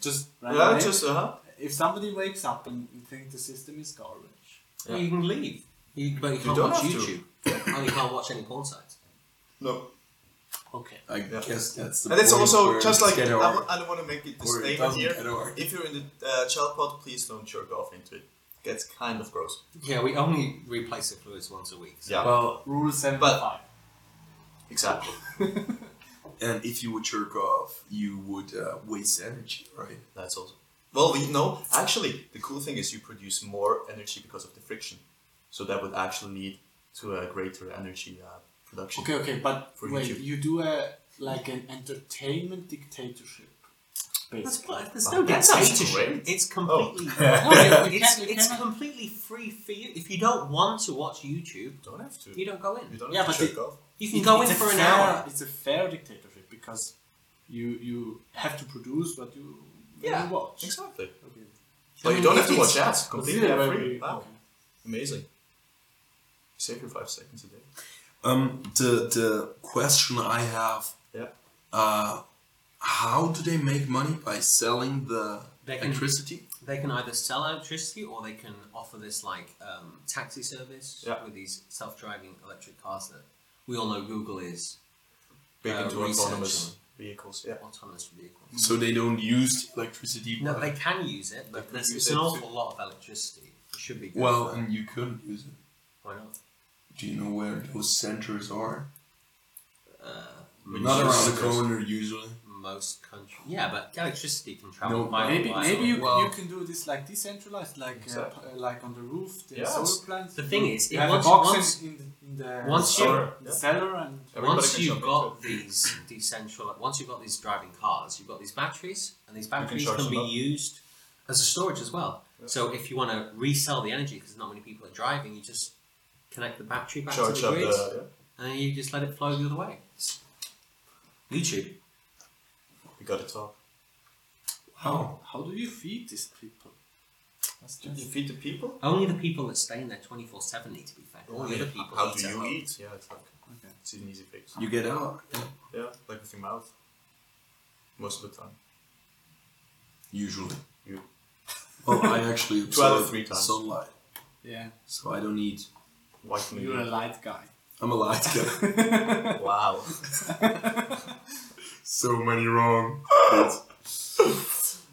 [SPEAKER 4] just
[SPEAKER 2] yeah,
[SPEAKER 4] random
[SPEAKER 2] just uh huh.
[SPEAKER 4] name. if somebody wakes up and you think the system is garbage.
[SPEAKER 1] Well, you can leave. You, but you can't
[SPEAKER 2] don't
[SPEAKER 1] watch
[SPEAKER 2] have to.
[SPEAKER 1] YouTube. and you can't watch any porn sites.
[SPEAKER 2] No.
[SPEAKER 4] Okay.
[SPEAKER 3] I
[SPEAKER 2] Yeah.
[SPEAKER 3] guess that's the
[SPEAKER 2] And it's
[SPEAKER 3] point
[SPEAKER 2] also
[SPEAKER 3] where
[SPEAKER 2] just like I
[SPEAKER 3] it's
[SPEAKER 2] don't, I don't want to make it
[SPEAKER 3] Where it
[SPEAKER 2] disclaimer
[SPEAKER 3] doesn't
[SPEAKER 2] here.
[SPEAKER 3] get over.
[SPEAKER 2] If you're in the uh, child pod, please don't jerk off into it. Gets kind of gross.
[SPEAKER 1] Yeah, we only replace the fluids once a week. so-
[SPEAKER 2] Yeah.
[SPEAKER 4] Well, rule seventy five.
[SPEAKER 2] Exactly.
[SPEAKER 3] and if you would jerk off, you would uh, waste energy, right?
[SPEAKER 2] That's also. Well, we know actually the cool thing is you produce more energy because of the friction, so that would actually lead to a greater energy uh, production.
[SPEAKER 4] Okay, okay, but
[SPEAKER 2] For
[SPEAKER 4] wait,
[SPEAKER 2] YouTube.
[SPEAKER 4] you do a like an entertainment dictatorship.
[SPEAKER 1] That's
[SPEAKER 4] Basically.
[SPEAKER 1] quite, there's no
[SPEAKER 2] That sounds
[SPEAKER 1] dictatorship.
[SPEAKER 2] great.
[SPEAKER 1] It's
[SPEAKER 2] *laughs*
[SPEAKER 1] completely
[SPEAKER 2] Oh.
[SPEAKER 1] no,
[SPEAKER 4] You
[SPEAKER 1] it's,
[SPEAKER 4] can- you
[SPEAKER 1] it's
[SPEAKER 4] can-
[SPEAKER 1] completely free for you. If you don't want to watch YouTube,
[SPEAKER 2] You don't have to.
[SPEAKER 1] you
[SPEAKER 2] You
[SPEAKER 1] don't go in.
[SPEAKER 2] don't
[SPEAKER 4] Yeah,
[SPEAKER 2] have
[SPEAKER 4] but
[SPEAKER 2] to jerk off.
[SPEAKER 1] You can go in
[SPEAKER 4] It's a
[SPEAKER 1] for an
[SPEAKER 4] fair-
[SPEAKER 1] hour.
[SPEAKER 4] It's a fair dictatorship because you you have to produce what you, what
[SPEAKER 1] Yeah,
[SPEAKER 4] you watch.
[SPEAKER 2] Exactly.
[SPEAKER 4] Okay.
[SPEAKER 2] But
[SPEAKER 1] mean,
[SPEAKER 2] you don't
[SPEAKER 1] if
[SPEAKER 2] have to
[SPEAKER 1] it's-
[SPEAKER 2] watch ads. Completely
[SPEAKER 4] Consider
[SPEAKER 2] ad
[SPEAKER 4] very-
[SPEAKER 2] free. Wow,
[SPEAKER 4] okay.
[SPEAKER 2] amazing. Save your five seconds a day.
[SPEAKER 3] Um, the the question I have,
[SPEAKER 2] Yeah.
[SPEAKER 3] uh, how do they make money by selling the
[SPEAKER 1] They can-
[SPEAKER 3] electricity?
[SPEAKER 1] They can either sell electricity or they can offer this like um, taxi service
[SPEAKER 2] Yeah.
[SPEAKER 1] with these self-driving electric cars that we all know Google is
[SPEAKER 2] Big
[SPEAKER 1] Uh,
[SPEAKER 2] into
[SPEAKER 1] research
[SPEAKER 2] autonomous vehicles. Yeah.
[SPEAKER 1] autonomous vehicles.
[SPEAKER 3] So they don't use electricity.
[SPEAKER 1] No,
[SPEAKER 3] but-
[SPEAKER 1] they can use it, but
[SPEAKER 2] They can
[SPEAKER 1] there's,
[SPEAKER 2] use
[SPEAKER 1] it's an
[SPEAKER 2] it
[SPEAKER 1] awful lot of electricity. It should be good
[SPEAKER 3] well,
[SPEAKER 1] for-
[SPEAKER 3] and you couldn't use it.
[SPEAKER 1] why not?
[SPEAKER 3] Do you know where those centers are?
[SPEAKER 1] Uh,
[SPEAKER 2] But
[SPEAKER 3] Not
[SPEAKER 2] you
[SPEAKER 3] around
[SPEAKER 2] should
[SPEAKER 3] the
[SPEAKER 2] just-
[SPEAKER 3] corner usually.
[SPEAKER 1] most countries, yeah, but electricity can travel
[SPEAKER 3] No,
[SPEAKER 1] by
[SPEAKER 4] Maybe maybe you,
[SPEAKER 3] Well-
[SPEAKER 4] you can do this like decentralized, like
[SPEAKER 2] Exactly.
[SPEAKER 4] uh, p- uh, like on the roof, the
[SPEAKER 2] Yeah, it's-
[SPEAKER 4] solar plants.
[SPEAKER 1] The thing is,
[SPEAKER 4] you
[SPEAKER 1] it-
[SPEAKER 4] have
[SPEAKER 1] once-
[SPEAKER 4] a box
[SPEAKER 1] once-
[SPEAKER 4] in, in the in the,
[SPEAKER 1] once
[SPEAKER 2] you-
[SPEAKER 4] cellar- in the
[SPEAKER 2] Yeah.
[SPEAKER 4] cellar and
[SPEAKER 2] Everybody
[SPEAKER 1] once
[SPEAKER 2] can
[SPEAKER 1] you've
[SPEAKER 2] jump
[SPEAKER 1] got
[SPEAKER 2] into it.
[SPEAKER 1] these decentral, once you've got these driving cars, you've got these batteries, and these batteries can,
[SPEAKER 2] charge
[SPEAKER 1] be
[SPEAKER 2] them up.
[SPEAKER 1] used as a storage as well. So if you want to resell the energy because not many people are driving, you just connect the battery back
[SPEAKER 2] charge
[SPEAKER 1] to the
[SPEAKER 2] up
[SPEAKER 1] grid,
[SPEAKER 2] the. Yeah.
[SPEAKER 1] and then you just let it flow the other way. YouTube.
[SPEAKER 2] We got to talk.
[SPEAKER 4] how how do you feed these people? That's
[SPEAKER 2] Do you
[SPEAKER 4] just-
[SPEAKER 2] feed the people?
[SPEAKER 1] Only the people that stay in there twenty four seven need to be fed. All the other people.
[SPEAKER 2] How
[SPEAKER 1] need
[SPEAKER 2] do
[SPEAKER 1] to
[SPEAKER 2] you
[SPEAKER 1] help.
[SPEAKER 2] eat? Yeah, it's like
[SPEAKER 4] Okay.
[SPEAKER 2] it's an easy fix.
[SPEAKER 3] You get out.
[SPEAKER 2] Yeah, like with your mouth. Most of the time.
[SPEAKER 3] Usually.
[SPEAKER 2] You.
[SPEAKER 3] Well, I actually *laughs*
[SPEAKER 2] Two out of
[SPEAKER 3] absorb
[SPEAKER 2] three times.
[SPEAKER 3] sunlight,
[SPEAKER 4] Yeah,
[SPEAKER 3] so I don't need.
[SPEAKER 2] White meat.
[SPEAKER 4] you're a light guy.
[SPEAKER 3] I'm a Latka.
[SPEAKER 2] Wow.
[SPEAKER 3] so many wrong. uh,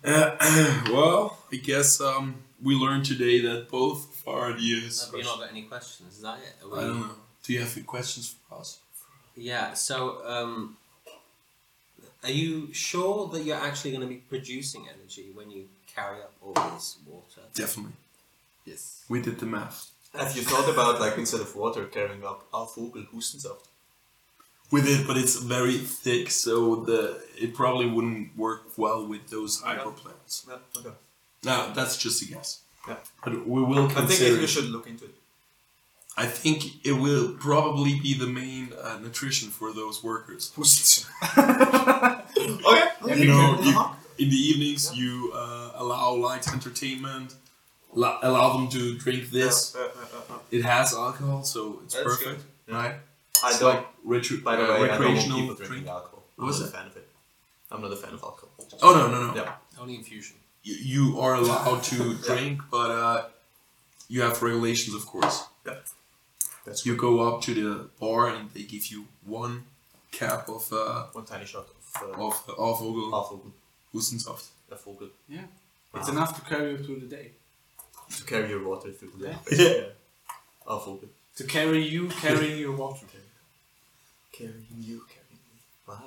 [SPEAKER 3] *clears throat* well, I guess um, we learned today that both of our ideas.
[SPEAKER 1] Have you not got any questions? Is that it? Are we-
[SPEAKER 3] I
[SPEAKER 4] Um,
[SPEAKER 3] don't know. Do you have any questions for us?
[SPEAKER 1] Yeah. So, um, are you sure that you're actually going to be producing energy when you carry up all this water?
[SPEAKER 3] Definitely.
[SPEAKER 1] Yes.
[SPEAKER 3] We did the math.
[SPEAKER 2] *laughs* Have you thought about, like, instead of water, carrying up our Vogel Hustensaft?
[SPEAKER 3] with it, but it's very thick, so the it probably wouldn't work well with those hyperplanes.
[SPEAKER 2] Yeah, okay.
[SPEAKER 3] No, that's just a guess.
[SPEAKER 2] Yeah.
[SPEAKER 3] But we will
[SPEAKER 2] I think
[SPEAKER 3] consider.
[SPEAKER 2] that you should look into it.
[SPEAKER 3] I think it will probably be the main uh, nutrition for those
[SPEAKER 2] *laughs*
[SPEAKER 3] workers.
[SPEAKER 2] *laughs* Oh, Okay.
[SPEAKER 3] You know,
[SPEAKER 2] Uh-huh.
[SPEAKER 3] uh-huh. you, in the evenings you uh, allow light entertainment, la- allow them to drink this.
[SPEAKER 2] Uh, uh, uh, uh.
[SPEAKER 3] It has alcohol, so it's
[SPEAKER 2] That's
[SPEAKER 3] perfect,
[SPEAKER 2] good.
[SPEAKER 3] right?
[SPEAKER 2] I
[SPEAKER 3] It's
[SPEAKER 2] don't.
[SPEAKER 3] like retru-
[SPEAKER 2] By the
[SPEAKER 3] uh,
[SPEAKER 2] way, I don't want
[SPEAKER 3] recreational
[SPEAKER 2] people drinking
[SPEAKER 3] drink.
[SPEAKER 2] alcohol.
[SPEAKER 3] What
[SPEAKER 2] I'm
[SPEAKER 3] was
[SPEAKER 2] not a
[SPEAKER 3] it?
[SPEAKER 2] fan of it. I'm not a fan of alcohol.
[SPEAKER 3] Oh no, no, no!
[SPEAKER 2] Yeah.
[SPEAKER 1] Only infusion.
[SPEAKER 3] You, you are allowed
[SPEAKER 2] *laughs*
[SPEAKER 3] to drink, but uh, you have regulations, of course.
[SPEAKER 2] That's
[SPEAKER 3] You go up to the bar and they give you one cap of uh,
[SPEAKER 2] One tiny shot of uh,
[SPEAKER 3] of of Vogel
[SPEAKER 2] half Vogel,
[SPEAKER 3] Hustensaft.
[SPEAKER 2] a Vogel
[SPEAKER 4] Yeah. It's enough to carry you through the day.
[SPEAKER 2] to carry your water through the day.
[SPEAKER 3] Yeah.
[SPEAKER 2] Half Vogel.
[SPEAKER 4] To carry you carrying your water.
[SPEAKER 2] Carrying you, carrying me. Wow.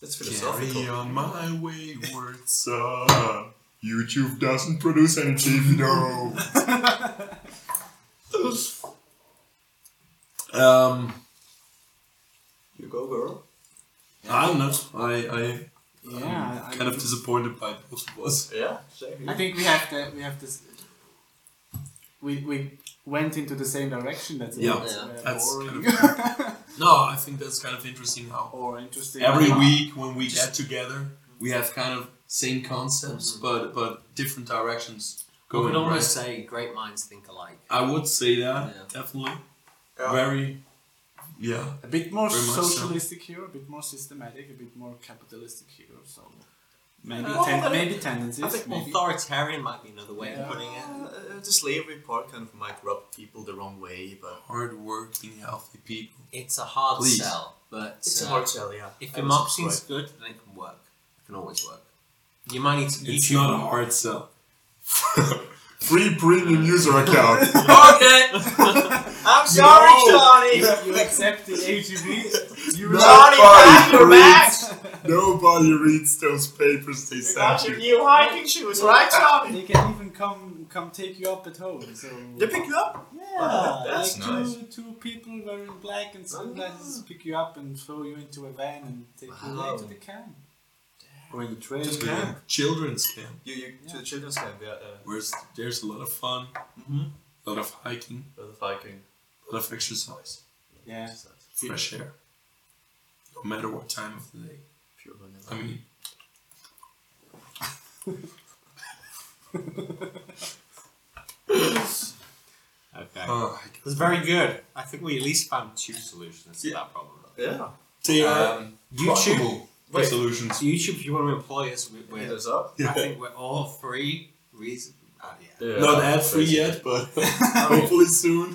[SPEAKER 2] That's
[SPEAKER 3] Carry
[SPEAKER 2] philosophical.
[SPEAKER 3] on my *laughs* wayward son. YouTube doesn't produce any TV, no. *laughs* um,
[SPEAKER 2] You go, girl.
[SPEAKER 3] I don't know. I, I
[SPEAKER 4] Yeah.
[SPEAKER 3] I'm
[SPEAKER 4] I- I
[SPEAKER 3] kind of
[SPEAKER 4] think-
[SPEAKER 3] disappointed by both of us.
[SPEAKER 2] Yeah.
[SPEAKER 4] I think we have the, we have this. We, we went into the same direction. That's a
[SPEAKER 3] Yeah.
[SPEAKER 4] bit, uh,
[SPEAKER 1] Yeah.
[SPEAKER 3] That's
[SPEAKER 4] boring
[SPEAKER 3] No, I think that's kind of interesting how
[SPEAKER 4] *laughs* or interesting.
[SPEAKER 3] every week when we get together, we have kind of same concepts, but but different directions
[SPEAKER 1] You
[SPEAKER 3] going.
[SPEAKER 1] could
[SPEAKER 3] Right?
[SPEAKER 1] almost say great minds think alike.
[SPEAKER 3] I would say that
[SPEAKER 1] Yeah.
[SPEAKER 3] definitely
[SPEAKER 2] Yeah.
[SPEAKER 3] very. Yeah,
[SPEAKER 4] A bit more
[SPEAKER 3] Very much so.
[SPEAKER 4] socialistic here, a bit more systematic, a bit more capitalistic here. So maybe
[SPEAKER 2] Uh,
[SPEAKER 4] ten-
[SPEAKER 2] well,
[SPEAKER 4] maybe tendencies.
[SPEAKER 2] I think
[SPEAKER 4] maybe.
[SPEAKER 1] Authoritarian might be another way
[SPEAKER 4] Yeah.
[SPEAKER 1] of putting it.
[SPEAKER 2] Uh, uh, the slavery part kind of might rub people the wrong way, but
[SPEAKER 3] hardworking, healthy people.
[SPEAKER 1] It's a hard
[SPEAKER 3] Please.
[SPEAKER 1] sell, but
[SPEAKER 2] it's
[SPEAKER 1] uh,
[SPEAKER 2] a hard sell, yeah.
[SPEAKER 1] if
[SPEAKER 2] I
[SPEAKER 1] your
[SPEAKER 2] was
[SPEAKER 1] marketing's
[SPEAKER 2] *laughs* right.
[SPEAKER 1] good, then it can work. It can always work. You might need to.
[SPEAKER 3] It's
[SPEAKER 1] YouTube.
[SPEAKER 3] not a hard sell. *laughs* Free premium user account.
[SPEAKER 1] Okay.
[SPEAKER 2] *laughs* I'm sorry, Johnny.
[SPEAKER 4] If you accept the
[SPEAKER 2] *laughs*
[SPEAKER 4] AGV, you will
[SPEAKER 2] Johnny, back, you're back.
[SPEAKER 3] Nobody reads those papers they
[SPEAKER 2] You got your new hiking shoes, right, Johnny?
[SPEAKER 4] *laughs* They can even come come take you up at home. So
[SPEAKER 2] They pick you up.
[SPEAKER 4] yeah,
[SPEAKER 2] That's
[SPEAKER 4] like
[SPEAKER 2] nice.
[SPEAKER 4] two two people wearing black and sunglasses pick you up and throw you into a van and take you
[SPEAKER 2] Wow.
[SPEAKER 4] away to the camp. Or in the train.
[SPEAKER 2] Just camp.
[SPEAKER 3] Children's camp.
[SPEAKER 2] You, you to the children's camp, yeah. Uh,
[SPEAKER 3] Where's there's a lot of fun,
[SPEAKER 2] Mhm.
[SPEAKER 3] a lot of hiking,
[SPEAKER 2] for the hiking.
[SPEAKER 3] a lot of exercise,
[SPEAKER 4] Yeah.
[SPEAKER 3] fresh air. No matter what time of the day.
[SPEAKER 2] Pure vanilla.
[SPEAKER 3] I mean,
[SPEAKER 1] okay.
[SPEAKER 3] oh, I
[SPEAKER 1] It was Um, very good. I think we at least found two solutions to
[SPEAKER 3] Yeah.
[SPEAKER 1] that problem.
[SPEAKER 2] yeah.
[SPEAKER 3] They are
[SPEAKER 2] Um,
[SPEAKER 1] YouTube,
[SPEAKER 2] Wait.
[SPEAKER 3] solutions.
[SPEAKER 1] so YouTube, if you want to employ us, we,
[SPEAKER 2] Hit
[SPEAKER 1] we're,
[SPEAKER 2] us up.
[SPEAKER 1] I think we're all three reasons. Uh, yeah.
[SPEAKER 3] Not ad free yet, *laughs* but hopefully soon.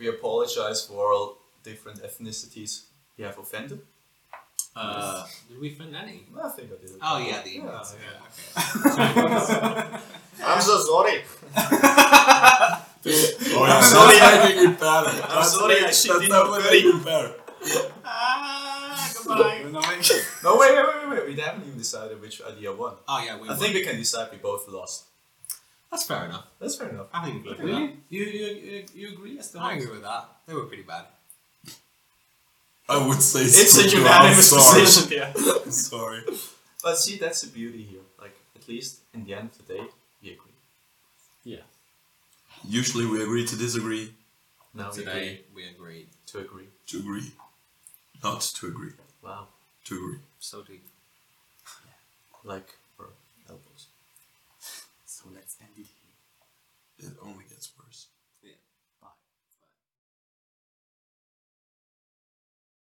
[SPEAKER 2] We apologize for all different ethnicities we have offended.
[SPEAKER 1] Uh, did we find any?
[SPEAKER 2] I think I did.
[SPEAKER 1] Oh yeah, the
[SPEAKER 2] Yeah,
[SPEAKER 1] emails.
[SPEAKER 2] yeah.
[SPEAKER 1] Yeah, okay.
[SPEAKER 2] I'm so sorry.
[SPEAKER 3] Oh, I'm
[SPEAKER 2] sorry I
[SPEAKER 3] making it better.
[SPEAKER 2] I'm sorry I shit in the bed.
[SPEAKER 3] it better.
[SPEAKER 2] Ah, goodbye.
[SPEAKER 4] You know, like-
[SPEAKER 2] no, wait, wait, wait, wait, wait. We haven't even decided which idea won.
[SPEAKER 1] *laughs* Oh yeah, we.
[SPEAKER 2] I think we can decide we both lost.
[SPEAKER 1] that's fair enough.
[SPEAKER 2] That's fair enough.
[SPEAKER 1] I think we agree with
[SPEAKER 4] Really? You, you, you, you agree as
[SPEAKER 1] that. I
[SPEAKER 4] the host?
[SPEAKER 1] agree with that. They were pretty bad.
[SPEAKER 3] I would say
[SPEAKER 2] It's
[SPEAKER 3] so,
[SPEAKER 2] a
[SPEAKER 3] but I'm
[SPEAKER 2] unanimous
[SPEAKER 3] sorry.
[SPEAKER 2] decision. Yeah.
[SPEAKER 3] *laughs* I'm sorry.
[SPEAKER 2] But see, that's the beauty here. Like, at least in the end of the day, we agree.
[SPEAKER 3] Usually we agree to disagree,
[SPEAKER 2] Now we agree
[SPEAKER 1] Today we agreed.
[SPEAKER 2] to agree.
[SPEAKER 3] to agree, not to agree,
[SPEAKER 2] Wow.
[SPEAKER 3] to agree.
[SPEAKER 1] So deep.
[SPEAKER 2] Like, her elbows.
[SPEAKER 4] So let's end it here.
[SPEAKER 3] It only gets worse.